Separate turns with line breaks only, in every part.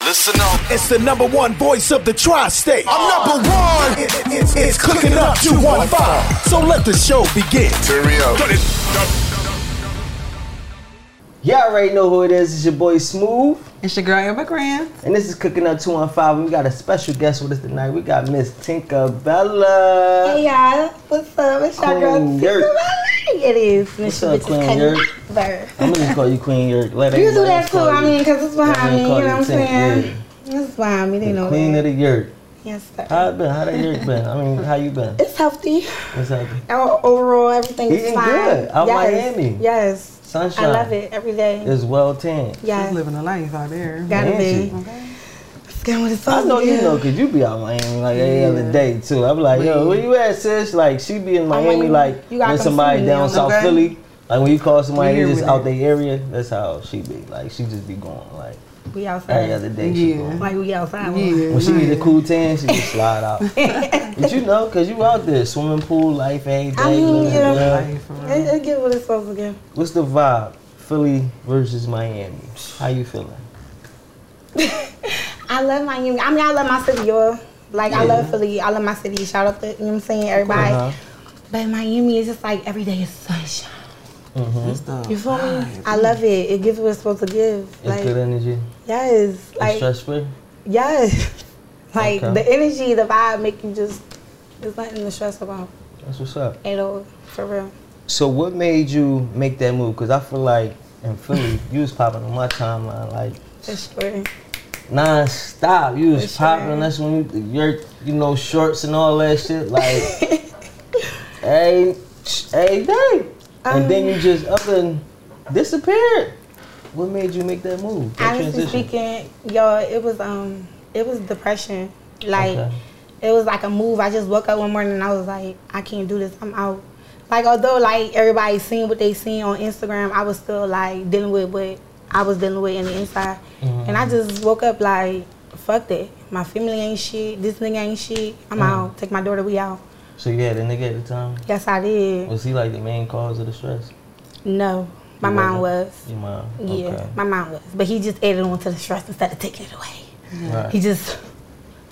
Listen up.
It's the number one voice of the tri-state.
I'm number one.
It- it- it's, it's cooking up 215. So let the show begin.
Turn me up.
Y'all already know who it is. It's your boy Smooth,
It's your girl Amber Grant.
and this is Cooking Up 215. And we got a special guest with us tonight. We got Miss Tinkerbella.
Hey y'all, what's up? It's your girl
Queen
Tinkerbell.
Yerk.
It is Miss
up, Queen Yerk?
Tinkerbell.
I'm gonna just call you Queen Yerk. Let
You do
everybody
that too,
call
I
you
mean, because it's
Everybody
behind me, you know
call
what
you
I'm
Tink,
saying? It's behind me, they know
Queen of the
that.
Yerk.
Yes, sir.
How it been? How that Yerk been? I mean, how you been?
It's healthy.
What's happening?
O- Overall, everything
Eating
is fine.
good. Out
yes.
Miami.
Yes.
Sunshine.
I love it every day.
It's well tanned.
She's
Yes.
living a life out there.
Gotta
Angie.
be. It's good with it's
I
supposed
know
to
you
be.
know, cause you be out Miami like every
Yeah.
other day too. I'm like, yo, where you at, sis? Like, she be in
mean,
Miami like
you gotta
when
come
somebody
see me
down
now,
South
okay?
Philly, like when you call somebody
here
they just
with
out
it.
their area. That's how she be. Like, she just be going like every
We outside.
other day. She
Yeah.
going.
Like we outside.
Yeah.
When she need a cool tan, she just slide out. but you know, cause you out there, swimming pool, life, everything.
I mean,
living
yeah.
the life.
Life, for real.
It, it get what it's supposed to get.
What's the vibe? Philly versus Miami. How you feeling?
I love my Miami. I mean, I love my city, y'all. Like, I love Philly. I love my city. Shout out to, you know what I'm saying, everybody.
Uh-huh.
But Miami is just like every day is sunshine.
Mm-hmm.
It's the
You feel me? I love it. It gives what it's supposed to give.
It's good
Like,
energy.
yes.
It's
Like,
stress free.
yes. Like,
Okay.
the energy, the vibe make you just, there's nothing to stress about
That's what's up.
at all. For real.
So what made you make that move? Because I feel like in Philly, you was popping on my timeline like
For sure.
non-stop. You was
For sure.
popping. That's when you, your you know shorts and all that shit like every, every day. and then
Um,
you just up and disappeared. What made you make that move? That
Honestly speaking, y'all, it was, um, it was depression. Like,
Okay.
it was like a move. I just woke up one morning and I was like, I can't do this. I'm out. Like although like everybody seen what they seen on Instagram, I was still like dealing with what I was dealing with in the inside.
Mm-hmm.
And I just woke up like, fuck that. My family ain't shit. This nigga ain't shit. I'm
Mm-hmm.
out. Take my daughter. We out.
So you had a nigga at the time.
Yes, I did.
Was he like the main cause of the stress?
No, my
He
mom
wasn't?
was.
Your mom.
Yeah,
Okay.
my mom was. But he just added on to the stress instead of taking it away.
Right.
He just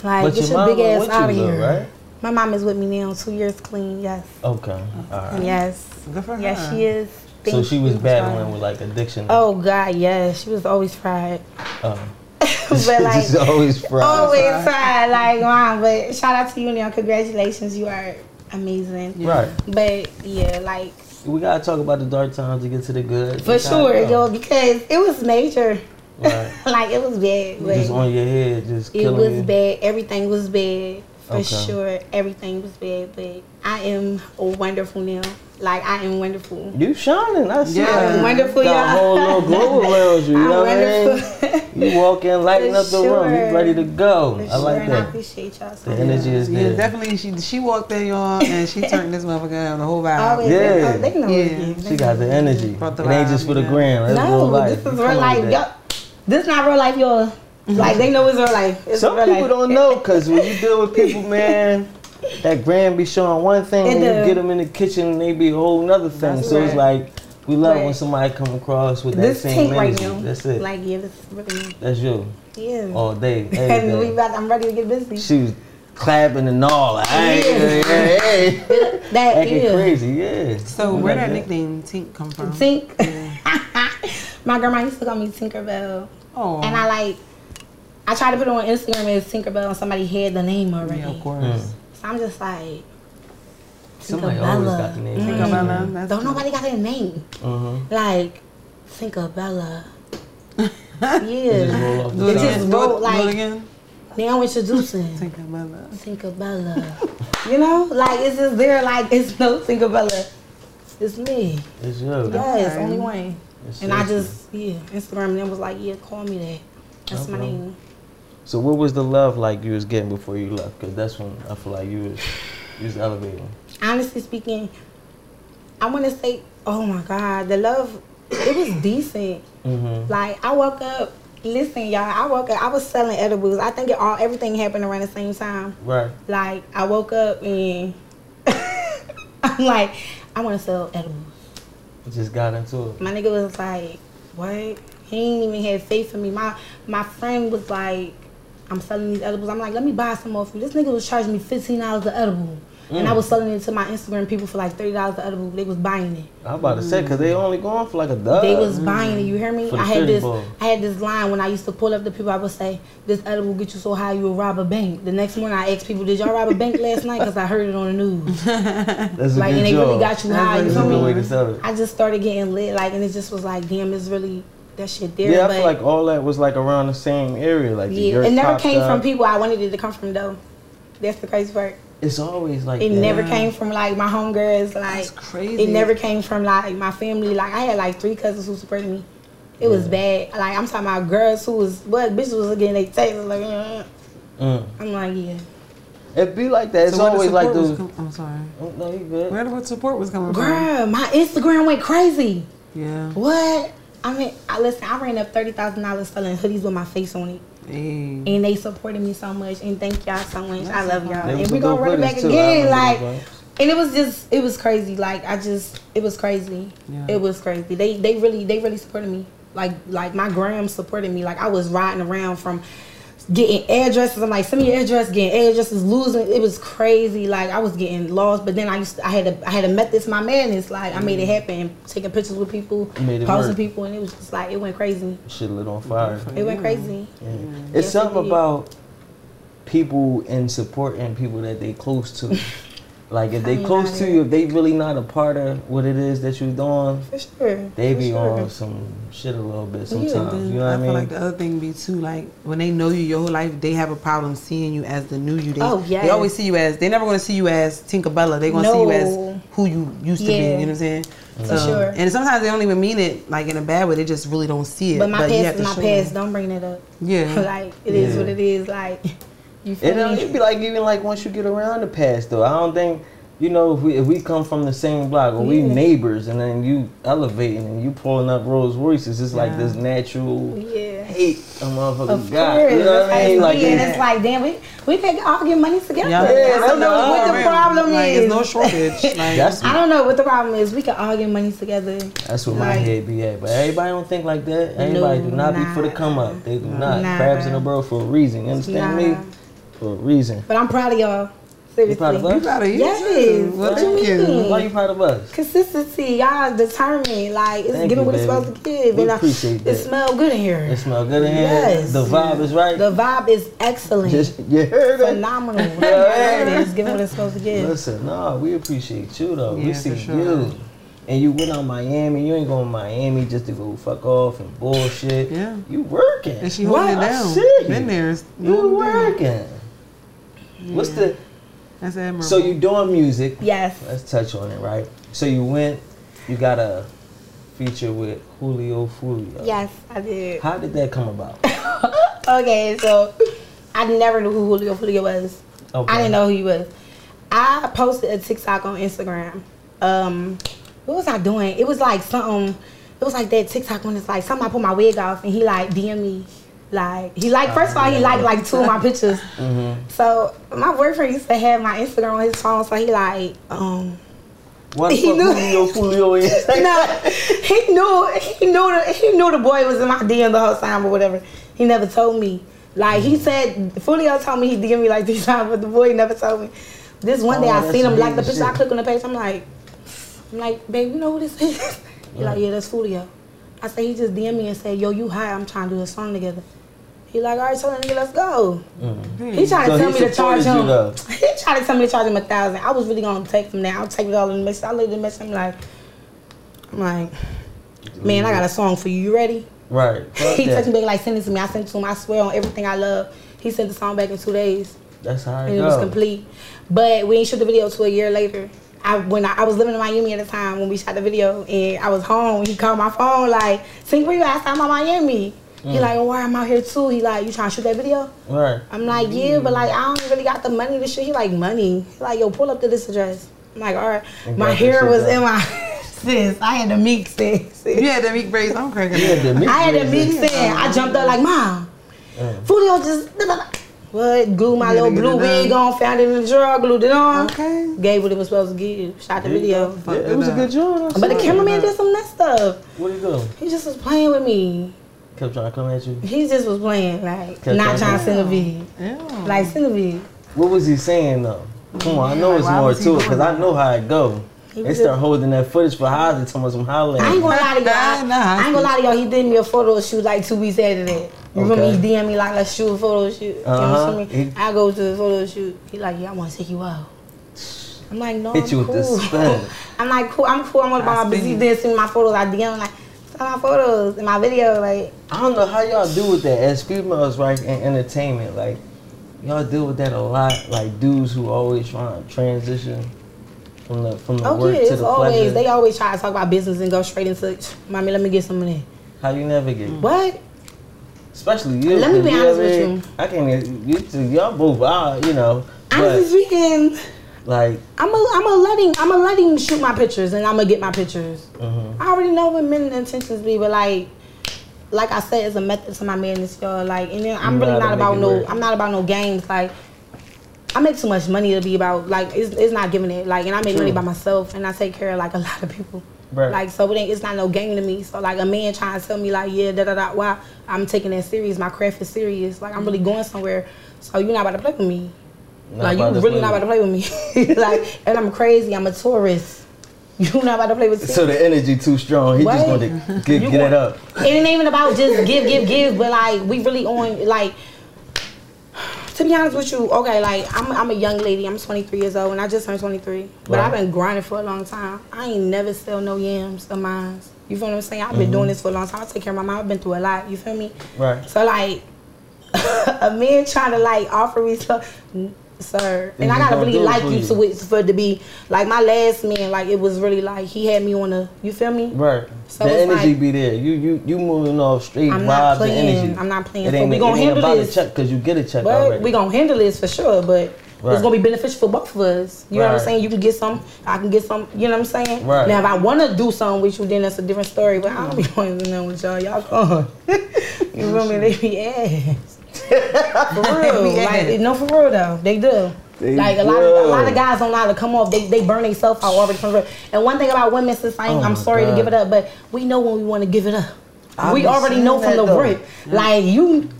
like
but your
get your,
mom
big
was
ass
with you
out of
though,
here.
right?
My mom is with me now, two years clean. Yes,
Okay. All right.
yes.
Good for her.
Yes, she is.
So
Oh, Thank
she was
you,
battling
God.
with like addiction.
Oh God, yes, she was always fried,
Oh.
but like
She's always fried.
always fried, like mom. But shout out to you now, congratulations, you are amazing.
Right.
But yeah, like
We gotta talk about the dark times to get to the good.
for
We gotta
sure,
go.
yo, because it was major,
Right.
like it was bad, but
Just on your head, just
it
killing
was
you.
bad. Everything was bad for
Okay.
sure. Everything was bad, but I am wonderful now. Like I am wonderful.
You shining, I see.
Yeah.
it.
Wonderful,
Got
y'all.
a whole little glow around you. You
I'm
know what I
wonderful.
mean? You walk in, lighting
For
up the room.
sure.
You ready to go.
For
I
sure,
like
and I
that.
appreciate y'all so
The
much.
energy is
Yeah,
good.
definitely. She she walked in y'all and she turned this motherfucker down the whole vibe.
Always, they-
Yeah.
oh, they know
Yeah.
it is.
She got the energy.
Brought the
it ain't just
vibe,
for the
yeah.
gram. That's real
No,
life.
this is
Come on
real
with
life.
that.
Yo, this not real life, y'all. Like they know it's real life. It's
Some
real
people
life.
don't know because when you deal with people, man, that grand be showing one thing,
It
and you
do.
get them in the kitchen, and they be a whole nother thing.
That's
so it's
right.
like we love when
Right.
somebody come across with that
This
same
tank right
energy.
now.
That's it. Oh,
Like yeah, this is really
That's you
yeah.
all day, every
and we
day.
about, I'm ready to get busy.
She was clapping and all. Like, hey,
Yeah.
hey, hey, hey.
that
Acting
is
crazy, yeah.
So
We
where
like
that nickname Tink come from?
Tink. My grandma used to call me Tinkerbell,
Oh,
and I like. I tried to put it on Instagram as Tinkerbell, and somebody had the name already.
yeah, of course.
Mm.
So I'm just like,
Somebody always got
Mm.
the name.
Tinkerbella, that's
don't nobody got their name.
Mhm.
Like, Tinkerbella.
It just
yeah.
roll off
Do
the
it
It
tongue.
just
again. Do
wrote,
it, do it
like-
again.
Now I'm introducing
Tinkerbella.
Tinkerbella. you know, like it's just there. Like it's no Tinkerbella. It's me.
It's you.
Yes,
Okay.
only one.
It's
And I
you.
just yeah, Instagram. And it was like, yeah, call me that. That's my
Okay.
name.
So what was the love like you was getting before you left? Because that's when I feel like you was you was elevating.
Honestly speaking, I want to say, oh my God, the love. It was decent.
Mm-hmm.
Like I woke up. Listen, y'all. I woke up. I was selling edibles. I think it all everything happened around the same time.
Right.
Like I woke up and I'm like, I want to sell edibles.
Just got into it.
My nigga was like, what? He ain't even had faith in me. My my friend was like, I'm selling these edibles. I'm like, let me buy some off you. This nigga was charging me fifteen dollars an edible.
Mm.
And I was selling it to my Instagram people for like thirty dollars an edible. They was buying it.
I'm about to say because they only going for like a dub.
Mm-hmm. They was buying it. You hear
Uh, mm.
me?
For the
I had
fitting
this.
ball.
I had this line when I used to pull up the people. I would say, "This edible get you so high you will rob a bank." The next morning, I asked people, "Did y'all rob a bank last night?" Because I heard it on the news.
That's a
Like,
good
and they
job.
really got you high. You
That's a
feel
good way
me?
to sell it.
I just started getting lit, like, and it just was like, "Damn, it's really that shit there."
Yeah, I
but
feel like all that was like around the same area. Like the
yeah,
York
it never
Pop
came
Shop.
from people I wanted it to come from though. That's the crazy part.
It's always like that.
It never came from like my homegirls. Like
That's crazy.
It never came from like my family. Like I had like three cousins who supported me. It was bad. Like I'm talking about girls who was what bitches was getting they texts like. "Uh."
Mm.
I'm like yeah.
It be like that. It's
where the
always like
support was
those.
com- I'm sorry.
Oh, no, you good.
Where the support was coming from?
Girl, my Instagram went crazy.
Yeah.
What? I mean, I listen. I ran up thirty thousand dollars selling hoodies with my face on it,
Hey.
and they supported me so much. And thank y'all so much. I love y'all,
They
and
was
we
the
gonna
dope
run it
hoodies,
back
too. I
again.
remember
Like,
those ones.
and it was just, it was crazy. Like, I just, it was crazy.
Yeah.
It was crazy. They, they really, they really supported me. Like, like my gram supported me. Like, I was riding around from getting addresses. I'm like, send me your address. Getting addresses, losing. It was crazy. Like, I was getting lost. But then I used, to, I had a, I had a method to my madness. Like, I made it happen. Taking pictures with people,
You Mm. made it
posting
work.
people, and it was just like, it went crazy.
Shit lit on fire.
It went crazy.
Yeah. It's
Yes,
something
indeed.
about people and supporting people that they close to. like if they
I'm
close
not
to
it.
you, if they really not a part of what it is that you're doing,
For sure.
they
For
be
sure.
on some shit a little bit
Yeah,
sometimes.
Then
you know what
I
I
feel
mean?
like the other thing be too like when they know you your whole life, they have a problem seeing you as the new you. They,
Oh,
they
yes.
always see you as they're never gonna see you as Tinkerbella. They're gonna see you
No.
as who you used to be. You know
Yeah.
what I'm saying?
For sure.
And sometimes they don't even mean it like in a bad way. They just really don't see it.
But my
you have
past
to
is my
show
past.
them.
Don't bring it up.
Yeah.
like it is
Yeah.
what it is. Like you
It
feel
don't
me?
it be like even like once you get around the past though. I don't think you know if we if we come from the same block or we
Yeah.
neighbors and then you elevating and you pulling up Rolls Royces, it's like
Yeah.
this natural
Yeah.
hate a motherfucker
Of
got.
course.
You know what I mean? Like
yeah,
they-
and it's like damn, we we could all get money together.
Yeah.
Yeah,
I don't know
that's
what
all
the
real.
problem
like,
is.
There's no shortage. Like,
that's
I don't know what the problem is. We could all get money together.
that's what my
Like-
head be at. But everybody don't think like that. Everybody do not be for the
nah.
come up. They do not.
Nah.
Crabs in the barrel for a reason. You understand
Nah.
me? For a reason.
But I'm proud of y'all. Seriously.
You proud of us?
Outta here,
Yes.
too. Well,
What
thank
you mean?
Why you proud of us?
Consistency, y'all determined. Like it's
Thank
giving
you,
what it's
baby.
supposed to give.
We
and I-
appreciate
it
that.
smell good in here.
It smell good in here.
Yes.
The vibe is right.
the vibe is excellent.
Just you heard it.
phenomenal.
Yeah.
it is. Give what it's supposed to give.
Listen, no, we appreciate you though. we
Yeah,
see
for sure.
you. And you went on Miami. You ain't going to Miami just to go fuck off and bullshit.
Yeah.
You working.
And she holding it
I
down.
see you.
Been there.
You working. What's the
That's admirable.
So you doing music.
Yes.
Let's touch on it, right? So you went, you got a feature with Julio Fulio.
Yes, I did.
How did that come about?
Okay, so I never knew who Julio Julio was.
Okay.
I didn't know who he was. I posted a TikTok on Instagram. Um, what was I doing? It was like something. It was like that TikTok when it's like something. I put my wig off and he like DM me. Like he like first of all he liked like two of my pictures. So my boyfriend used to have my Instagram on his phone. So he like um
What
He
fuck
knew-
Julio Fulio is?
no, he knew he knew the, he knew the boy was in my DM the whole time or whatever. He never told me. Like he
Mm-hmm.
said, Fulio told me he DM me like three times, but the boy never told me. This one day
Oh,
I
that's
seen him like the
amazing
picture. I
shit.
click on the page. I'm like, I'm like, babe, you know who this is? He like, yeah, that's Fulio. I say he just DM me and said, yo, you high? I'm trying to do a song together. He like, all right, so nigga, let's go.
Mm.
He trying
So
to tell
he
me
supported
to charge
you,
him.
though?
He tried to tell me to charge him a thousand. I was really gonna take him now. I'll take it all in the message. I looked at the message. I'm like, I'm like, man, I got a song for you. You ready?
Right. fuck
he
that.
texted me like, send it to me. I sent it to him. I swear on everything I love. He sent the song back in two days,
That's how
and it was complete. But we ain't shoot the video till a year later. I when I, I was living in Miami at the time when we shot the video, and I was home. He called my phone like, sing where you at? I said, I'm in Miami. He
Mm.
like, oh, why I'm out here too. He like, you trying to shoot that video?
Right.
I'm like, yeah, but like I don't really got the money to shoot. He like money. He like, yo, pull up to this address. I'm like, all right.
And
My
got that
hair
shit
was
done.
in my sis. I had to mix it. sis.
You had that meat braids. I'm cracking
You had
up.
to mix
I had to
it. Uh-huh.
mix it. I jumped up like, mom, Fulio just what? Glued my
You had to
little
get
blue
it done.
wig on, found it in the drawer, glued it on.
Okay.
Gave what it was supposed to give. Shot the
There you
video.
Yeah, it was a good job.
But the cameraman did some of that stuff.
What do you do?
He just was playing with me.
kept trying to come at you?
He just was playing, like
Okay,
not
okay.
trying to send a vid.
Yeah.
Like send a vid.
What was he saying though? Come on, I know it's
Why
more
was he
to it
doing
because I know how it go.
He
They
was
start holding that footage for Haas and telling us some hollering.
I ain't gonna lie to y'all. I,
Nah,
ain't gonna lie to y'all. He did me a photo shoot like two weeks after that. You remember
Okay.
he DM me like let's shoot a photo shoot.
Uh-huh.
You know what I
He-
mean? I go to the photo shoot. He like yeah I want to take you out. I'm like no.
Hit
I'm
you with
cool.
the spin.
I'm like cool. I'm cool. I'm gonna buy
I
my
see.
busy. Then see my photos. I DM like saw my photos in my video like
I don't know how y'all deal with that as females, right? In entertainment, like y'all deal with that a lot. Like dudes who always trying to transition from the from the
oh
work
yeah
to
it's
the
always
pleasure.
they always try to talk about business and go straight into mommy let me get some of that.
how you navigate,
What?
especially you.
Let me be
'cause you
honest
know what I
with
mean?
you.
I can't. even- You two, y'all both are, you know,
Honestly
but
speaking.
like
I'm a, I'm a letting I'm a letting shoot my pictures and I'm gonna get my pictures.
Mm-hmm.
I already know what men's intentions be, but like, like I said, it's a method to my madness, y'all. Like, and then I'm
You know how
really
to
not about
make it
no
work.
I'm not about no games. Like, I make too much money to be about like it's, it's not giving it. Like, and I make money
True.
by myself and I take care of like a lot of people.
Right.
Like, so it ain't, it's not no game to me. So like a man trying to tell me like yeah da da da why I'm taking that serious. My craft is serious. Like I'm
Mm-hmm.
really going somewhere. So you're not about to play with me.
not
Like you
about to play
really not
with.
about to play with me. like, and I'm crazy. I'm a tourist. You not about to play with me.
So the energy too strong. He just
Wait.
gonna get,
You
get it
want-
up.
it ain't even about just give, give, give. But like, we really on like. To be honest with you, okay, like I'm, I'm a young lady. I'm 23 years old, and I just turned 23. But I've
Right.
been grinding for a long time. I ain't never sell no yams or mines. You feel what I'm saying? I've
Mm-hmm.
been doing this for a long time. I take care of my mom. I've been through a lot. You feel me?
Right.
So like, a man trying to like offer me stuff, n- sir.
Then
And I
you
gotta
gonna
really
do it
like
for
you
you.
to it for it to be like my last man. Like it was really like he had me on a. You feel me?
Right.
So
the
it's
energy
like-
be there. You you you moving off straight
I'm
vibes
not
and
playing.
energy.
I'm not playing.
It
So
ain't,
we
it
gonna
ain't
handle
about
this.
a check because you get a check
But
already.
we gonna handle this for sure. But
Right.
it's gonna be beneficial for both of us. You know what
Right.
I'm saying? You can get some. I can get some. You know what I'm saying?
Right.
Now if I wanna do something with you, then that's a different story. But I don't be wanting to know with y'all. Y'all gone. you feel me? They be ass. for real.
They be ass.
Like no, for real though. They do.
They
like a lot of a
do.
lot of guys don't know how to come off. They they burn themselves out already from real. And one thing about women, since I ain't,
Oh my
I'm sorry
God.
to give it up, but we know when we want to give it up.
I
we
be
already
saying
know from
that,
the
though.
rip. Like you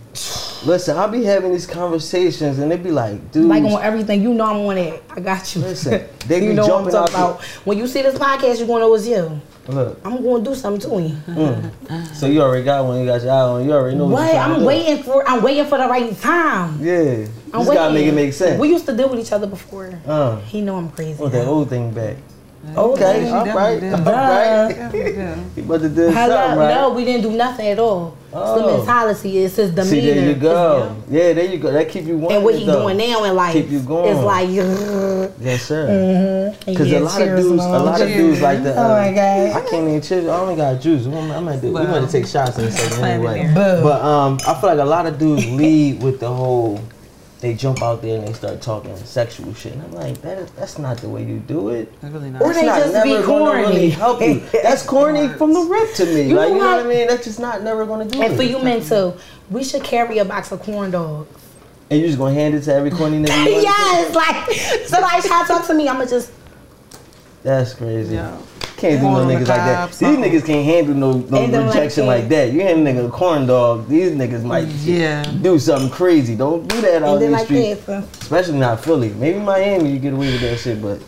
Listen, I be having these conversations and they be like, dude,
like on everything. You know I'm on it. I got you.
Listen, they
you
be
know
jumping
what I'm talking
out
about. When you see this podcast, you're gonna know it's you.
look. mm.
I'm gonna do something to him.
So you already got one. You got your eye on. You already know what.
What?
you're trying to
I'm
do.
waiting for. I'm waiting for the right time.
Yeah,
I'm
just
waiting.
gotta make it make sense.
We used to deal with each other before.
Uh.
he know I'm crazy.
Want that
now.
old thing back?
Oh,
Okay,
yeah,
all
she
right, all
definitely
right.
Yeah.
You about to do
Hello?
something, right?
No, we didn't do nothing at all. It's
Oh.
the mentality. It's his demeanor.
See, there you
It's
go.
him.
Yeah, there you go. That keep you wanting.
And what he
though.
doing now in life?
Keep you going.
It's like. Because
Yes, sir.
Mm-hmm.
Because a lot of dudes, a lot of
Yeah.
dudes like the. uh,
Oh my God.
I can't even chill. I only got juice. I'm, I'm gonna do. We're
Wow.
gonna take shots in a second
Slide it
anyway.
in
there. Boom.
But um, I feel like a lot of dudes lead with the whole. They jump out there and they start talking sexual shit, and I'm like, that is, that's not the way you do it.
That's really
Or
nice.
they just be corny.
Really help you. That's corny from the rip to me.
You
like
know
you know what
what?
I mean? That's just not never gonna do
And
it.
for you men too, we should carry a box of corn dogs.
And you just gonna hand it to every corny nigga. you run into?
yes, like somebody try to talk to me, I'ma just
That's crazy.
Yeah.
Can't do no
Corn on the
niggas like that.
cob,
These
something.
niggas can't handle no,
They
no
don't like
rejection
that.
like that. You hand a nigga a corn dog, these niggas might
Mm, Yeah.
do something crazy. Don't do that out in
end it
the
like
street.
that. So.
Especially not Philly. Maybe Miami you get away with that shit, but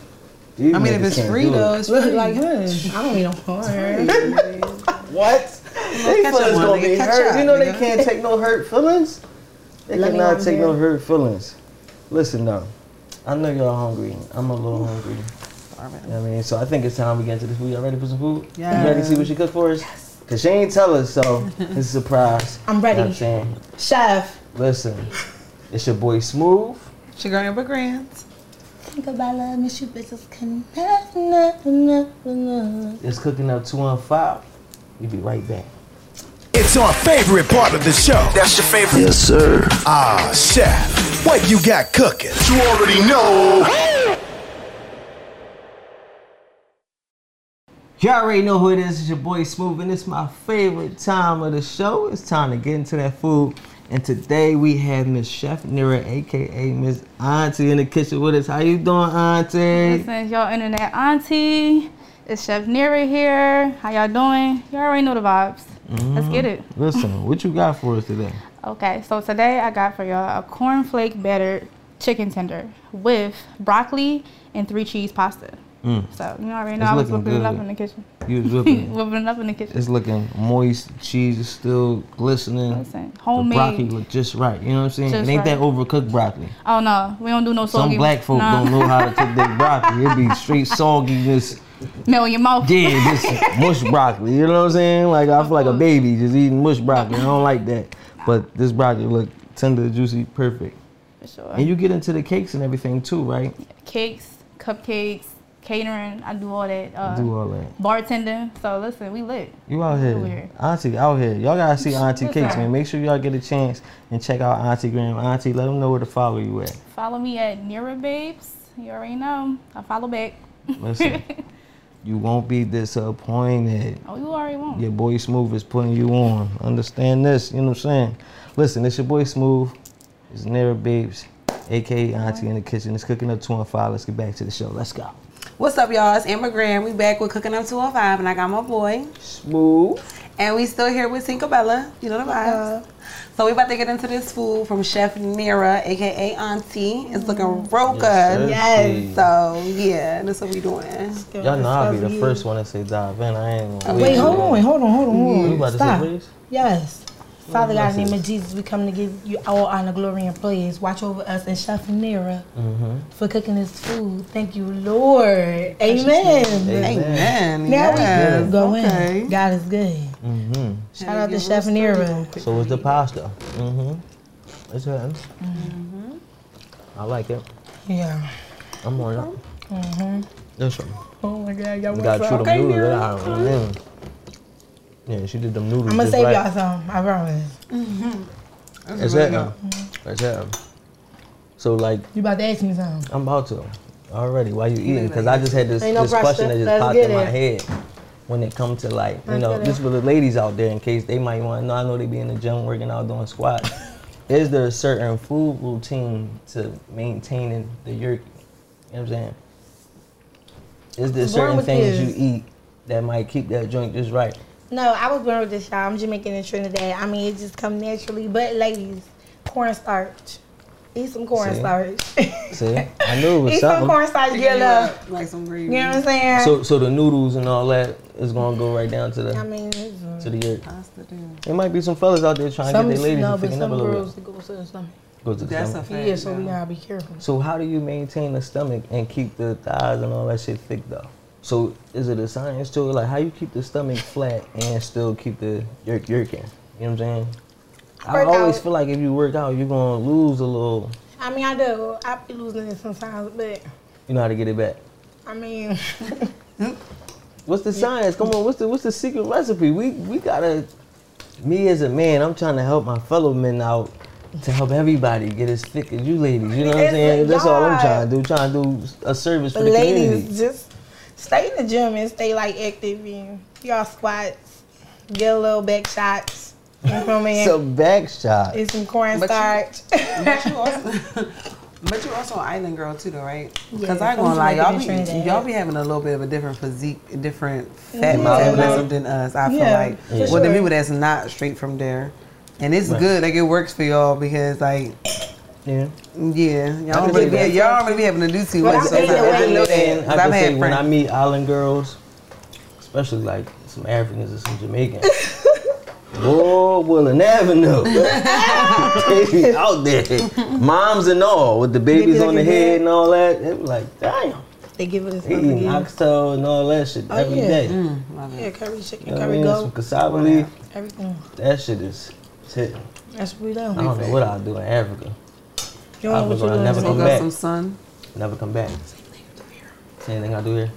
these
I mean,
niggas
if it's
can't
free
do it.
though, it's free.
Look like, huh, I don't need no corn.
What? They
catch
feelings
up,
gonna
one
be
nigga. Catch
hurt.
up,
you know they
nigga.
can't take no hurt feelings. They
Let me know
cannot
I'm
take no
here.
hurt feelings. Listen though, I know y'all hungry. I'm a little hungry. You know what I mean, so I think it's time we get into this food. Y'all ready for some food? You ready to see what she cooked for us? Cause she ain't tell us, so it's a surprise.
I'm
You know what
ready.
I'm saying,
Chef.
listen, it's your boy Smooth.
She got your grand.
Think about love, miss you bitches can never, never, never, never.
It's cooking up two one five. We be right back.
It's our favorite part of the show.
That's your favorite. Yes, sir.
Ah, chef, what you got cooking?
You already know.
Y'all already know who it is. It's your boy Smooth, and it's my favorite time of the show. It's time to get into that food. And today we have Miss Chef Nira, aka Miss Auntie, in the kitchen with us. How you doing, Auntie?
Since y'all internet auntie, it's Chef Neri here. How y'all doing? Y'all already know the vibes. Let's get it.
Listen, what you got for us today?
Okay, so today I got for y'all a cornflake battered chicken tender with broccoli and three cheese pasta. So you already
Mm.
know
It's
I was
looking
whipping it up
good.
in the kitchen.
You was whipping.
whipping it up in the kitchen.
it's looking moist. Cheese is still glistening.
Listen,
The broccoli
homemade.
look just right. You know what I'm saying?
Just
it ain't that
right.
overcooked broccoli.
Oh no, we don't do no soggy.
Some black folk
nah.
don't know how to cook their broccoli. It be straight soggy, just
Melt in your mouth.
yeah, just mush broccoli. You know what I'm saying? Like I feel like a
course.
baby just eating mush broccoli. I don't like that. But this broccoli look tender, juicy, perfect.
For sure.
And you get into the cakes and everything too, right?
Cakes, cupcakes, catering. I do all that. Uh,
Do all that.
bartending. So listen, we lit.
You out here,
Weird.
Auntie out here. Y'all gotta see Auntie
Listen.
Cakes, man. Make sure y'all get a chance and check out Auntie Graham. Auntie, let them know where to follow you at.
Follow me at Nira Babes. You already know. I follow back.
Listen, you won't be disappointed.
Oh, you already won't.
Your boy Smooth is putting you on. Understand this? You know what I'm saying? Listen, it's your boy Smooth. It's Nara Babes, aka Auntie in the kitchen. It's cooking up two and five. Let's get back to the show. Let's go.
What's up, y'all? It's Amber Graham. We back with Cooking Up 205, and I got my boy.
Smooth.
And we still here with Tinkerbella. You know the vibes. So we about to get into this food from Chef Nira, aka Auntie. It's
Mm.
looking real good.
Yes,
So yeah, that's what we doing.
Y'all know I'll be the first one to say dive in. I ain't gonna
Wait, hold on, hold on, hold on, hold on.
You about to say
Stop.
please?
Yes. Father
Mm-hmm.
God, in the name of Jesus, we come to give you all honor, glory, and praise. Watch over us and Chef Nera
Mm-hmm.
for cooking this food. Thank you, Lord. Amen.
Amen.
Now we
Yes.
can go
Okay.
in. God is good.
Mm-hmm.
Shout out to Chef Nera.
So is the pasta. Mm-hmm. It's him.
Mm-hmm.
I like it.
Yeah.
I'm on it.
Mm-hmm.
This one.
Oh my God, y'all
We
want
gotta chew
some?
them
Okay,
noodles.
Nera.
Yeah, mm. Yeah, she did them noodles.
I'm gonna
just
save
right.
y'all some. I promise.
It's happening. It's happening. So like
You about to ask me something?
I'm about to already while you eating because I just had this,
Ain't no
this
pressure.
question that just
Let's
popped
get
in my
it.
head when it comes to like you
Let's
know
get it.
just for the ladies out there in case they might want to know I know they be in the gym working out doing squats. Is there a certain food routine to maintaining the yerk? You know what I'm saying? Is there
Born
certain
with
things
this.
you eat that might keep that joint just right?
No, I was born with this, y'all. I'm Jamaican and Trinidad. I mean, it just come naturally. But ladies, cornstarch. Eat some cornstarch.
See, I knew it was
Eat some
something.
cornstarch, get love.
Like some
You
gravy.
know what I'm saying?
So, so the noodles and all that is gonna go right down to the
I mean, it's, uh,
to the yerk.
Pasta, dude.
There might be some fellas out there trying
some
to get their ladies
no,
and
but
picking up
some
a little
girls
bit.
that go to the stomach.
Go to the
That's a
stomach.
fact.
yeah, so we
yeah.
gotta be careful.
So how do you maintain the stomach and keep the thighs and all that shit thick though? So is it a science to it? Like how you keep the stomach flat and still keep the yerk yerking? You know what I'm saying? I
Work
always
out.
feel like if you work out, you're gonna lose a little.
I mean, I do. I be losing it sometimes, but
You know how to get it back.
I mean,
What's the science? Come on, what's the what's the secret recipe? We we gotta. Me as a man, I'm trying to help my fellow men out to help everybody get as thick as you ladies. You know what I'm
It's
saying?
a
That's all I'm
job.
trying to do. Trying to do a service for the community.
ladies, just stay in the gym and stay like active and y'all squats, get a little back shots. You know what I mean?
Some back shot.
Eat some cornstarch.
But you also, but you also an island girl too, though, right? Because
Yeah,
I ain't gonna
I'm
lie, y'all
Jamaican and
be
Trinidad.
y'all be having a little bit of a different physique, a different fat
Yeah.
metabolism than us. I
Yeah, for
feel like, well, the
sure.
people that's not straight from there, and it's
Right.
good. Like it works for y'all because like.
Yeah.
Yeah, y'all
can
already
see
be,
that.
y'all already be having to do too
But
much.
I'm
so I
saying that
didn't
when-
know
And
that.
I
'cause
can
I've
say
had
when I
friends.
meet island girls, especially like some Africans and some Jamaicans. Whoa, Willing Avenue. they be out there. Moms and all, with the babies
Baby
on the
looking
head
good.
and all that. They be like, damn.
They give it a
They eating
again.
oxtail and all that shit
Oh,
every
yeah.
day.
Love it.
Yeah, curry chicken,
You know what I
curry
mean? Some
goat,
cassava leaf.
everything.
That shit is shit.
That's what we do.
I don't know what I'll do in Africa.
You don't know
was
what you're
gonna never
doing. Never
So
go
go
back.
got some sun.
Never come back. Same thing I do here.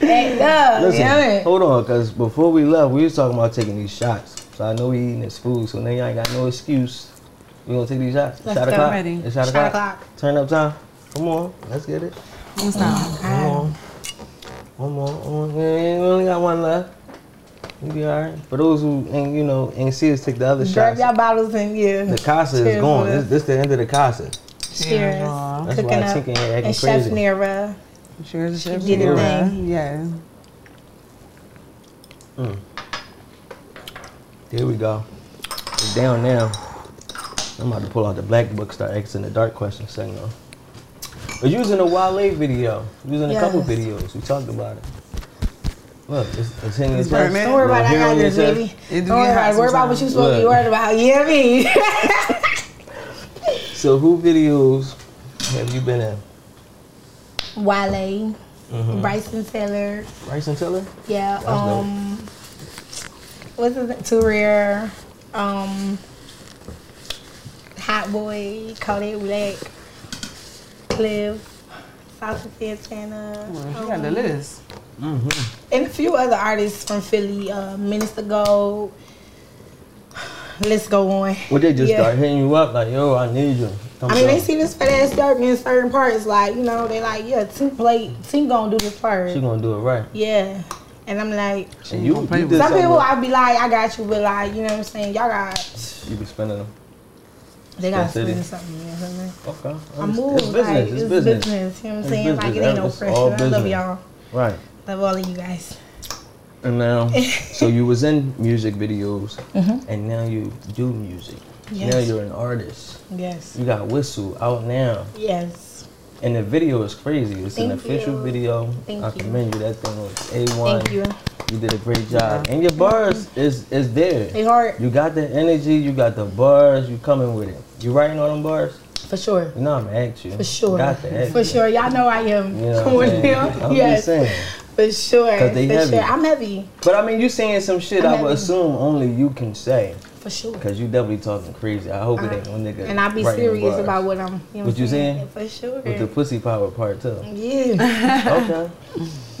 Listen, Oh, hold on, because before we left, we was talking about taking these shots. So I know we eating this food, so now y'all ain't got no excuse. We gonna take these shots.
Let's
shot
get
o'clock.
ready.
It's shot,
Shot
o'clock.
o'clock.
Turn up time. Come on, let's get it. Come on. One more, one more. We ain't- we only got one left. We be alright. For those who ain't, you know, ain't see us take the other
Grab
shots.
y'all bottles and yeah.
The casa is
Cheers,
gone.
brother.
This, this the end of the casa.
Cheers.
y'all.
That's
Cooking
why
up.
Tinker ain't acting
And Chef
crazy.
Nera.
Sure as a chef.
did it
Nera.
then.
Yeah.
There we go. It's down now. I'm about to pull out the black book, start asking the dark question segment. But using a Wale video, using a couple
Yes.
videos, we talked about it. Look, it's, it's hanging
It's
in your chest.
burning.
Don't worry about
Little
that,
hair
I
on
got
your
this,
chest.
baby.
It
Don't
do
worry
get
about
hot
it. Worry about what you supposed to be
Look.
worried about. Yeah, me.
So who videos have you been in?
Wale, Bryson Taylor.
Bryson Tiller?
Yeah.
Mm-hmm. That's dope.
Um, what's his name? Too rare. Um, Hot Boy, Kodak Black, Cliff, South Santana,
She got the
um,
list.
and a few other artists from Philly. Uh, Minister Gold. Let's go on.
Would they just
Yeah.
start hitting you up like, yo, I need you? Come
I mean, they
through.
see this fat ass dirt in certain parts. Like, you know, they like, yeah, team play, team gonna do this part.
She gonna do it right.
Yeah. And I'm like,
And you,
gonna play
you
with
did
some
something.
people,
that
I be like, I got you, but like, you know what I'm saying? Y'all got,
you be spending them.
they got
Spin City.
to something. You know what I'm saying?
Okay.
I
understand.
moved.
It's business.
like,
it's, business.
You know what I'm
It's
saying? Like, it
business.
ain't no
It's
pressure.
all
I love
business.
y'all.
Right.
Love all of you guys.
And now, so you was in music videos, and now you do music. Now
Mm-hmm. Yes.
you're an artist.
Yes.
You got Whistle out now,
Yes.
and the video is crazy. It's an
Thank
official
you.
video.
Thank
I
you.
commend you. That thing was a one.
Thank you.
You did a great job, and your bars is is there.
They hard,
You got the energy. You got the bars. You coming with it. You writing on them bars?
for sure.
You know I'm gonna ask you.
For sure.
Got to ask
For
you.
sure. Y'all know I am.
You know
Come
what
on
I'm saying?
now.
I'm just
Yes.
saying.
For sure.
'Cause they
for
heavy.
sure. I'm heavy.
But I mean, you saying some shit
I'm
I would
having-
assume only you can say,
For sure.
cause you definitely talking crazy. I hope it ain't no nigga.
And I be
writing
serious
bars.
about what I'm. You know
What you
Yeah, For sure.
with the pussy power part too.
yeah,
Okay.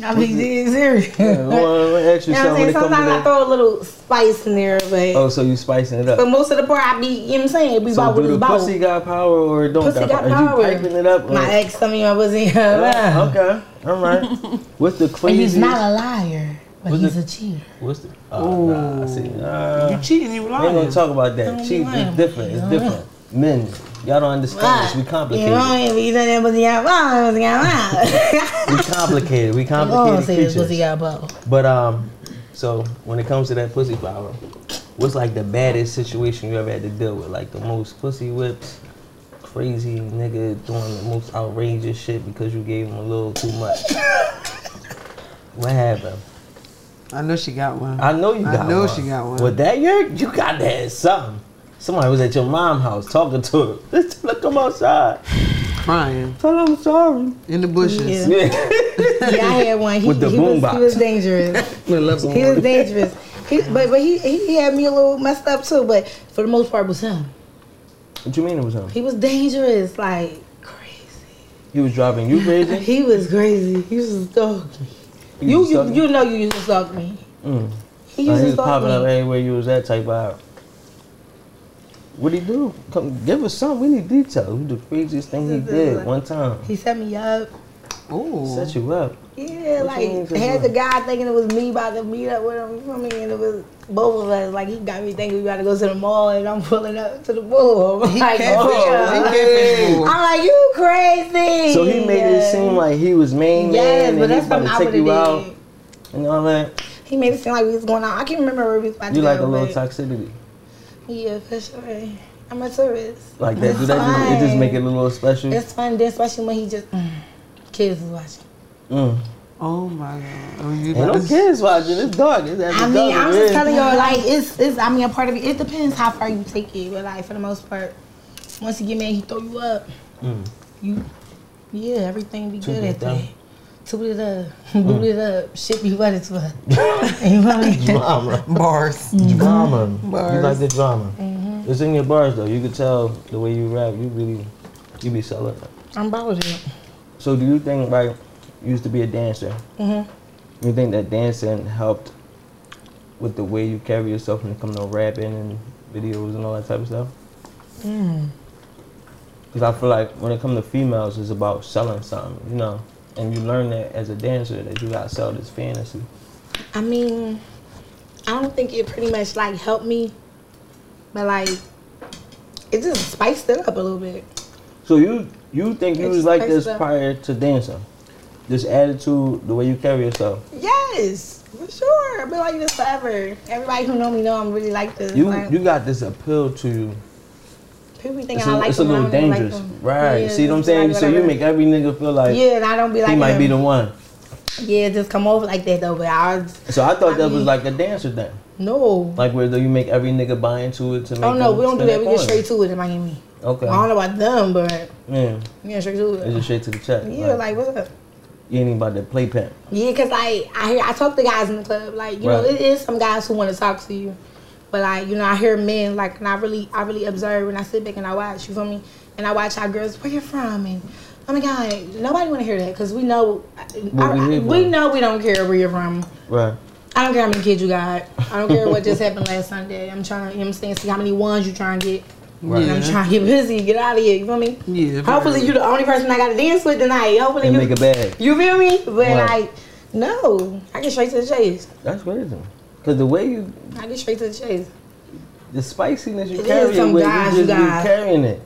I be dead serious.
Yeah, I wanna ask you
You know what I'm
something when
saying?
it comes to
Sometimes I
that.
throw a little spice in there, but
Oh, so you spicing it
but
up?
most of the part I be, you know what I'm saying? It be
So
about what
do
it's
the
about.
pussy got power or don't
Pussy
got
got
power?
power.
Are you piping it up? or-
My ex, some of y'all was in
Oh,
her.
Okay. All right. What's the
And
craziest?
he's not a liar, but
What's
he's
the-
a cheater.
What's the? Oh, nah, I see. Nah.
You cheating, you
We ain't
lying.
gonna talk about that.
Don't
She
be lying.
it's different. It's different. Men, y'all don't understand this. We
You
complicated.
know, if you know that pussy got bubble, pussy got
We complicated. We
bubble. You gonna
complicated
say this pussy
creatures.
got bubble.
But um, so when it comes to that pussy power, what's like the baddest situation you ever had to deal with? Like the most pussy whips, crazy nigga doing the most outrageous shit because you gave him a little too much. What happened?
I know she got one.
I know you
I
got one.
know she got one.
With that year, you got that something. Somebody was at your mom's house talking to her. Let's look come outside.
crying
Tell her I'm sorry.
in the bushes.
Yeah.
Yeah.
Yeah, I had one. He,
With the
he,
boom
was,
box.
he was dangerous.
With a love
He
song.
was dangerous. He, but but he, he he had me a little messed up too. But for the most part, it was him.
What you mean it was him?
He was dangerous, like crazy.
He was driving you crazy.
He was crazy. He used to stalk me.
He
You
was
you,
sucking-
you know you used to stalk me.
Mm.
He
Like,
used
he
to
was
stalk
popping up
me.
everywhere. You was that type of. What he do? Come give us some. We need details. What the craziest thing he did one time?
He set me up.
Ooh.
Set you up.
Yeah,
What you mean
like
set
had
you
the guy thinking it was me about to meet up with him. You know what I mean? And it was both of us. Like he got me thinking we about to go to the mall, and I'm pulling up to the mall. I'm like,
He
oh,
catfish
I'm
bull.
like you crazy.
So he made it seem like he was main
Yes,
man
but
and he
that's
was
something
about to
I
take
would
you out
have did.
and all that.
He made it seem like we was going out. I can't remember where we was about to
You like a
go,
little
but-
toxicity.
Yeah, for sure. I'm a tourist.
Like that, do that just, it
Fine.
just make it a little special.
It's fun, then especially when he just mm, kids is watching.
Mm.
Oh my god. Oh, you
And
about
them
to-
kids watching, it's dark. It's after
I
dark,
mean, I'm
it
just
is.
telling y'all, like it's it's. I mean, a part of it. It depends how far you take it, but like for the most part, once you get mad, he throw you up.
Mm.
You, yeah, everything be
Toot
good
it
at
down.
that. Toot it up,
Mm.
boot it up, shit be what it's what. you know what I mean?
Drama.
Bars.
Drama. You
Bars.
like the drama.
Mm-hmm.
It's in your bars though. You could tell the way you rap. You really, you be selling. it.
I'm about it.
So do you think like you used to be a dancer?
Mhm.
You think that dancing helped with the way you carry yourself when it comes to rapping and videos and all that type of stuff?
Mm.
Because I feel like when it comes to females, it's about selling something, you know. And you learn that as a dancer that you gotta sell this fantasy.
I mean, I don't think it pretty much like helped me, but like it just spiced it up a little bit.
So you you think you
It's
was like this
spiced up.
prior to dancing? This attitude, the way you carry yourself.
Yes, for sure. I've been like this forever. Everybody who know me know I'm really like this.
You
like,
you got this appeal to you.
people think
It's
I
a,
like
it's a
them, I
little
don't really like
dangerous,
them.
right?
Yeah,
See what I'm
just
saying?
like
so you
whatever.
make every nigga feel like
Yeah, and I don't be like
he might be the
them.
one.
Yeah, just come over like that though. But I was,
So I thought
I
that was
mean-
like a dancer thing,
no.
like where you make every nigga buy into it to make.
oh no,
them
we don't do
spend
that. We get
coin.
straight to it in Miami.
Okay.
I don't know about them, but
Yeah,
we get straight to
it's
it.
just straight to the chest.
Yeah, like what's up?
you ain't even about to play pimp.
Yeah, cause like I hear I talk to guys in the club, like you know,
Right.
it is some guys who want to talk to you, but like you know, I hear men like, and I really, I really observe and I sit back and I watch. You feel me? And I watch how girls, where you from? And oh my god, nobody want to hear that because we know,
Where we
I- I-
here
we
from.
know we don't care where you're from.
Right.
I don't care how many kids you got. I don't care what just happened last Sunday. I'm trying to, you know what I'm saying, see how many ones you trying to get.
Right.
And I'm trying to get busy, get out of here, you feel me?
Yeah,
Hopefully
right.
you the only person I got to dance with tonight. Hopefully
And
you,
make a bag.
you feel me? But
Right.
like, no, I get straight to the chase.
That's crazy. Cause the way you,
I get straight to the chase.
the spiciness you
It is
carry it
some
with,
guys
you
you
just
got.
be carrying it.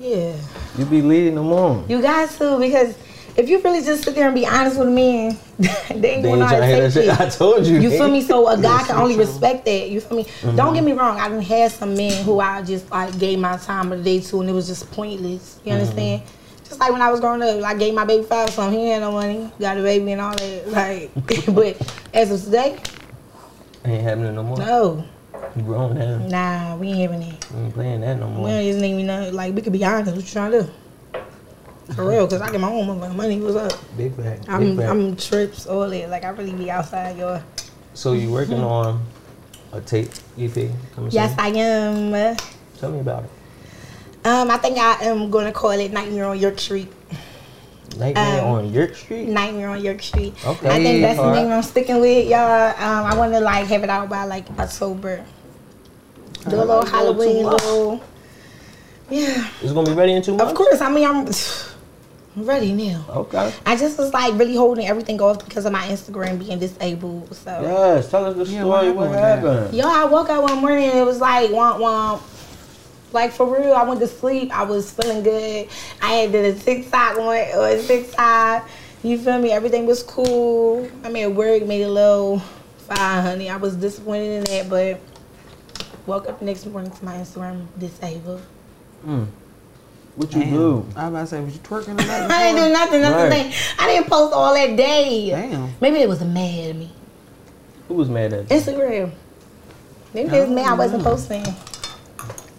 Yeah.
You be leading them on.
You got to because if you really just sit there and be honest with me, they ain't
They
gonna
ain't
know how
trying to hear
to
that
take
shit.
it.
I told you. Mm-hmm.
You feel me? So a guy can only respect that. You feel me? Don't get me wrong. I done had some men who I just like gave my time of the day to, and it was just pointless.
Mm-hmm.
You understand? Just like when I was growing up, I gave my baby father some. He had no money, got a baby and all that. Like, but as of today,
Ain't happening no more.
no,
You grown now.
nah, we ain't having that.
You ain't playing that no
We don't
more.
even need none. Like, we could be honest. What you trying to do? For real, cause I get my own motherfucking money. What's up?
Big bag. Big
I'm,
bag.
I'm trips, all that. Like, I really be outside, y'all.
So you working on a tape EP? coming
Yes,
soon?
I am. uh,
Tell me about it.
Um, I think I am going to call it Nightmare on York Street.
Nightmare
Um,
on York Street.
Nightmare on York Street.
Okay.
I think that's the
Alright.
name I'm sticking with, y'all. Um, I want to like have it out by like October. Do a little Halloween, little. Yeah,
It's gonna be ready in two months.
of course. I mean, I'm I'm ready now.
Okay.
I just was like really holding everything off because of my Instagram being disabled. So,
Yes. Tell us the
Yeah,
story. What
what happened with
happened?
yo, I woke up one morning and it was like womp womp. Like for real, I went to sleep. I was feeling good. I had did a TikTok one or a TikTok. You feel me? Everything was cool. I mean, work made a little fine, honey. I was disappointed in that, but woke up the next morning to my Instagram disabled.
What you do?
I about to say, was you twerking or nothing?
I didn't do nothing. That's
Right.
the thing. I didn't post all that day.
Damn.
Maybe it was mad at me.
Who was mad at you?
Instagram. Maybe that's me. I wasn't posting.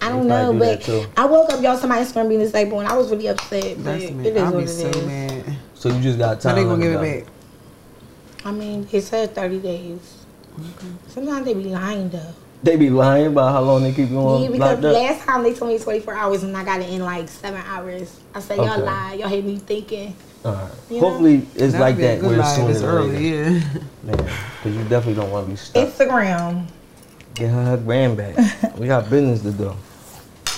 I
They Mm. probably
don't know,
do that
but
too.
I woke up y'all to my Instagram being disabled, and I was really upset. But
That's
it
me.
is
I'll
what
be
it is.
so mad.
So you just got
So
time.
they gonna
to
give
go.
it back.
I mean, it said thirty days. Sometimes they be lying though.
They be lying about how long they keep you on
yeah, because
locked up.
last time they told me twenty four hours, and I got it in like seven hours. I said y'all
Okay.
lied. Y'all had me thinking.
All right.
You know?
Hopefully it's
That'd
like
be a
that
good
where it's
lie
sooner
this
than later.
early, yeah.
Man, because you definitely don't want to be stuck.
Instagram.
Get her her grand back. we got business to do.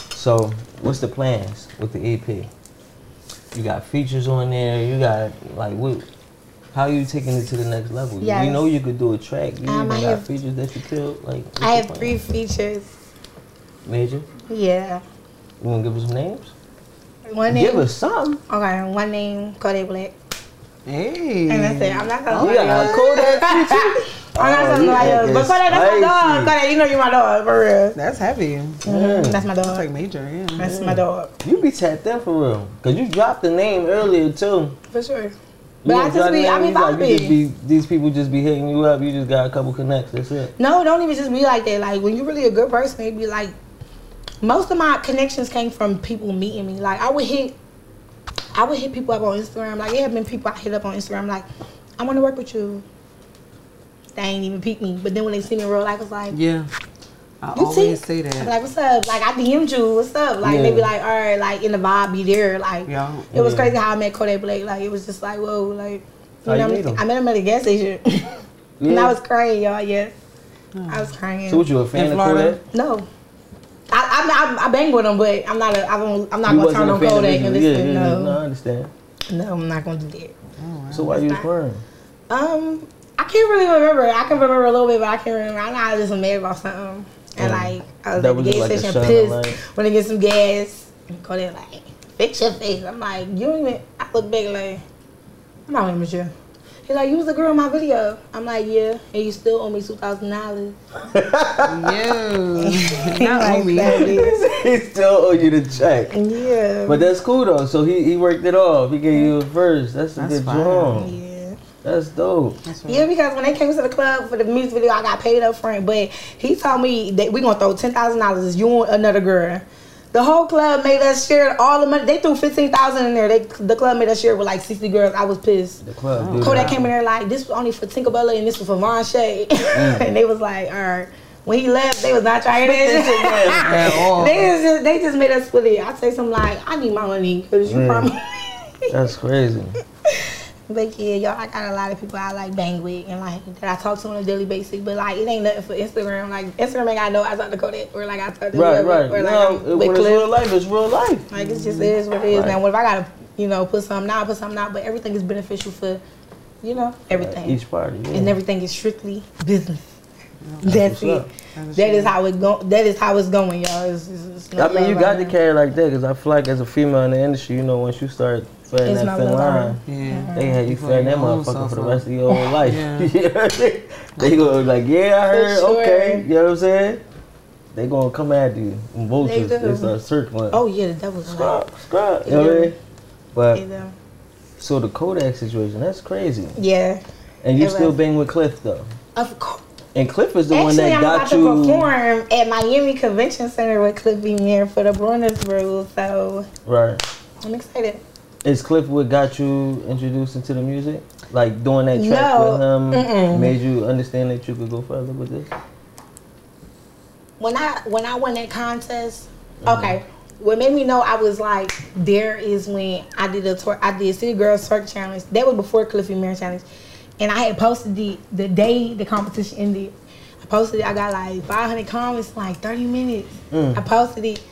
So, what's the plans with the EP? You got features on there. You got like what? How you taking it to the next level? You- You
Yes.
know you could do a track. You
Um,
even
I
got
have-
features that you killed. Like what's
I
your
have
plan?
three features.
major.
Yeah.
You wanna give us some names?
One
Give
name.
us some.
Okay. One name. Kodak Black.
Hey.
And that's it. I'm not gonna.
We got a Kodak.
I'm not
Oh,
talking about
you
yours. But
acting
Kodak,
spicy.
that's my dog. Kodak, you know you're my dog, for real.
That's heavy.
Mhm, That's my
That's like
dog.
major, yeah.
That's my dog.
You be tapped in for real, cause you dropped the name earlier too.
For sure.
You
But I
don't
just
drop
be, I
names,
be
like, you just
vibing.
be, these people just be hitting you up. You just got a couple connects. That's it.
No, don't even just be like that. Like, when you're really a good person, it be like, most of my connections came from people meeting me. Like, I would hit, I would hit people up on Instagram. Like, there have been people I hit up on Instagram, like, I want to work with you. They ain't even peep me. But then when they see me in real life, it's like,
Yeah. I
You
always
see?
say
I'm
that.
like, what's up? Like, I DM'd you. What's up? Like, they be
Yeah.
like, all right, like, in the vibe, be there. Like,
Yeah.
it was
Yeah.
crazy how I met Kodak Blake. Like, it was just like, whoa, like,
How
you
you
know what
meet
I'm
him?
I met him at a gas station. and
Yeah.
I was crying, y'all, yeah. I was crying.
So what you a fan
In
of
Florida?
Kodak?
no. I, I, I, I bang with him, but I'm not, a, I don't, I'm not
You
going to
wasn't
turn
a
on
fan of
Kodak
his-
and
yeah,
listen.
yeah, yeah, no, I
no,
understand.
no, I'm not going to do that.
So why you was
Stop.
crying?
Um, I can't really remember. I can remember a little bit, but I can't remember. I know I was just mad about something. And like, I
That
was at the
was
gas
just like a
station
shining
pissed.
light.
When they get some gas, and go there like, fix your face. I'm like, you don't even, I look back like, I'm not even sure. He's like, you was the girl in my video. I'm like, yeah, and you still owe me two thousand dollars. uh,
No.
Not owe me.
he still owe you the check.
Yeah.
But that's cool though. So he, he worked it off. He gave you a verse. That's a
That's
good
fine.
job.
yeah.
That's dope.
Yeah, because when they came to the club for the music video, I got paid up front. But he told me that we gonna throw ten thousand dollars. You and another girl. The whole club made us share all the money. They threw fifteen thousand in there. They the club made us share with like sixty girls. I was pissed.
The club. dude.
Kodak came in there like this was only for Tinkerbella and this was for Von Shay, and they was like, all right. When he left, they was not trying to hear that
At
shit.
all.
They was just they just made us split it. I say something like, I need my money because you
Mm.
promised.
That's crazy.
But yeah, y'all, I got a lot of people I like bang with and like that I talk to on a daily basis. But like, it ain't nothing for Instagram. Like Instagram, ain't got no I talk to Kodak or like I talk to
Right,
whoever,
right.
or like
No,
I'm
it-
with
when it's
Cliff.
real life, it's real life.
Like it's just it is what it is.
Right.
Now, what if I gotta you know put something out, put something out? But everything is beneficial for you know everything,
Each party. Yeah.
and everything is strictly business. That's,
what's
it.
up.
That is how it go. That is how it's going, y'all. It's, it's, it's no
I mean,
love
you
right
got to
now.
carry it like that because I feel like as a female in the industry, you know, once you start fighting
It's
that
not
thin
love right
line,
Yeah.
they had you
Before
fighting that
your own
motherfucker for the
self-love.
rest of your whole life.
Yeah.
You know what I'm saying? they gonna be like, yeah, I
For
heard,
sure.
okay, you know what I'm saying? They gonna come at you in vultures.
do.
It's a circling.
Oh yeah, the devil's like,
scrub, scrub. You know what I mean?
you
But
know.
so the Kodak situation, that's crazy.
yeah.
And you
It
still
was.
bang with Cliff though,
Of course.
and Cliff is the one
Actually,
that
I'm
got
about
you.
to perform at Miami Convention Center with Cliffy Mirror for the Bruiners Rule, so
Right.
I'm excited.
Is Cliff what got you introduced into the music? Like doing that track
No.
with him
Mm-mm.
made you understand that you could go further with this?
When I when I won that contest, okay, what made me know I was like there is when I did a twer- I did City Girls Twerk Challenge. That was before Cliffy Mirror Challenge, and I had posted the the day the competition ended. I posted it. I got like 500 comments in like 30 minutes.
Mm.
I posted it.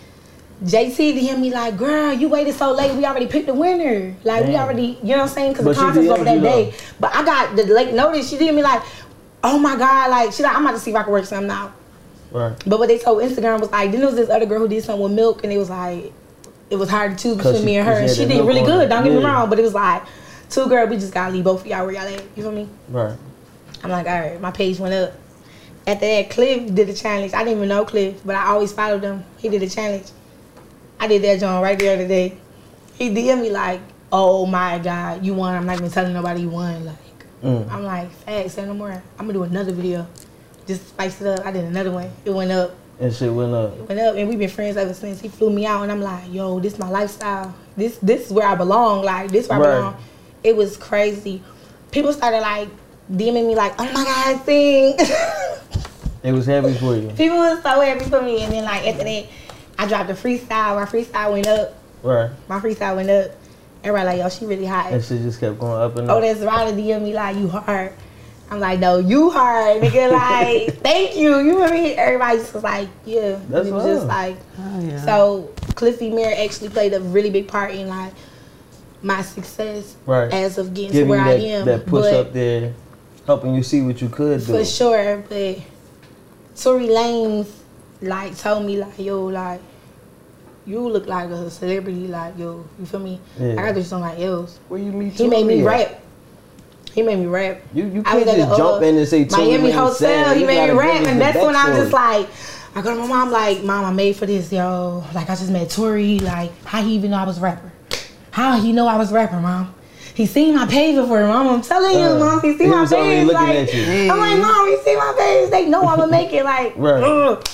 JC DM me like, girl, you waited so late. We already picked the winner. Like we
Damn.
already, you know what I'm saying? Because
But
the
she
contest was
DM'd
over that
you,
day.
though.
But I got the late notice. She DM me like, oh my god, like she like, I'm about to see if I can work something out.
Right.
But what they told Instagram was like, then there was this other girl who did something with milk, and it was like, it was hard to choose
'Cause
between
she-
me and her,
'cause
and
she
she
had
did
that
really
milk on
good.
her.
Don't get me
Yeah.
wrong, but it was like, two girl, we just gotta leave both of y'all where y'all at. You feel me?
Right.
I'm like, all right, my page went up. After that, Cliff did a challenge. I didn't even know Cliff, but I always followed him. He did a challenge. I did that John right the other day. He DM me like, oh my God, you won. I'm not even telling nobody you won. Like,
Mm.
I'm like, facts, say no more. I'm gonna do another video. Just spice it up. I did another one. It went up
And shit went up.
went up and we've been friends ever since. He flew me out and I'm like, yo, this my lifestyle. This this is where I belong. Like this where
Right.
I belong. It was crazy. People started like DMing me like, oh my god, thing.
It was heavy for you.
People was so happy for me. And then like after that, I dropped a freestyle. My freestyle went up.
Right.
My freestyle went up. Everybody like, yo, she really hot.
And shit just kept going up and up.
Oh, that's Riley DM me like you hard. I'm like, no, you hard, nigga. Like, thank you. You feel me? Everybody's just like, yeah.
That's
it was just
love.
like
Oh, yeah.
so Cliffy Mirror actually played a really big part in like my success
Right.
as of getting
Giving
to where
you
I
that,
am.
that push
but
up there, helping you see what you could do.
for sure, but Tory Lanez like told me like, yo, like you look like a celebrity, like yo, you feel me?
Yeah.
I gotta do something else.
Where you meet
He made me
Tory at?
rap. He made me rap.
You you
I was
can't
at
just
the,
jump
uh,
in and say Tory
Miami
Lanez
hotel.
sad.
He
You
made
gotta
me
give
rap,
us
and
the
that's when I'm
backstory.
just like, I go to my mom like, Mom, I made for this, yo. Like I just met Tory. Like how he even know I was a rapper? How he know I was a rapper, mom? He seen my page before, mom. I'm telling you,
Uh,
mom. He
he
seen my
was already
page.
looking
Like
at you.
I'm like, mom, he seen my page. They know I'ma make it. Like,
Right.
ugh.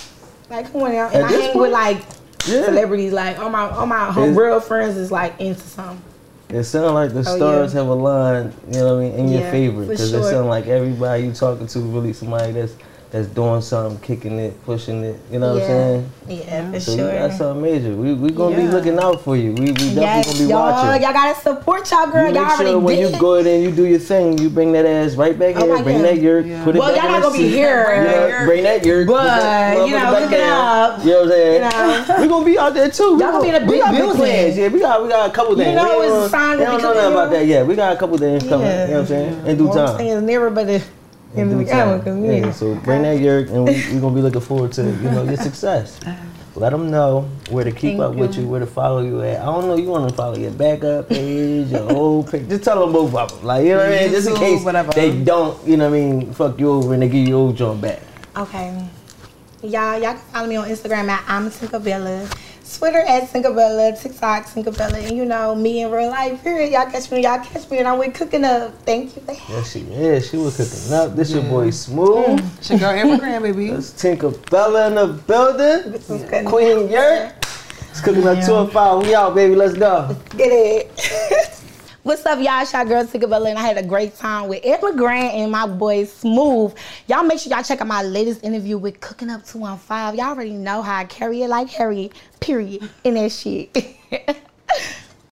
like come on now.
At
And I
this
hang
point-
with like
Yeah.
celebrities. Like all my all my
It's-
home, real friends is like into something.
It sounds like the
Oh, yeah.
stars have aligned, you know what I mean, in your
Yeah,
favor.
for
Because it
sure.
sounds like everybody you talking to really somebody that's that's doing something, kicking it, pushing it, you know what I'm
yeah.
saying?
Yeah, for
So
sure.
you got something major. We we gonna be
Yeah.
looking out for you. We we definitely
Yes,
gonna be
y'all.
watching.
Y'all gotta support y'all,
You
girl.
make
y'all already
sure when
did.
you go in and you do your thing, you bring that ass right back
Oh
here,
my
bring
God.
that yurt,
Yeah.
put it
well,
back
y'all
in
not
the
gonna be
seat.
here.
You know,
Right.
bring that yurt, put that
But, you
motherfucker
know,
back
look it
down.
up.
You know what I'm saying?
You know.
We gonna be out there too. We
Y'all gonna be in a
we
big
got
building.
plans. Yeah, we got we got a couple things.
know
we
it's
ain't
a sign
gonna-
to
They
be
don't know nothing
coming
about that yet. We got a couple things coming. You know what I'm saying? In due
What I'm
time.
saying is never but the in
In
the
due time.
beginning.
Yeah, so bring that yurt, and we we gonna be looking forward to you know your success. Let them know where to keep
Thank
up with
you.
you, where to follow you at. I don't know. You want to follow your backup page, your old page. Just tell them both of them. Like you know what I mean. Just in
YouTube,
case
whatever.
they don't, you know what I mean. Fuck you over and they give you old joint back.
Okay. Y'all, y'all can follow me on Instagram at I'm Tinkabella, Twitter at Tinkabella, TikTok Tinkabella, and you know, me in real life. Period. Y'all catch me, y'all catch me, and I'm with Cooking Up. Thank you for having
Yeah, she is. She was cooking up. This your boy Smooth.
It's your girl Amber Grand, baby.
It's Tinker Bella in the building.
This is good.
Queen Yurt. It's cooking up two and five. We out, baby. Let's go.
Get it. What's up, y'all? It's your girl Tinkabella, and I had a great time with Emma Grant and my boy Smooth. Y'all make sure y'all check out my latest interview with Cooking Up 215. Y'all already know how I carry it like Harriet, period, in that shit.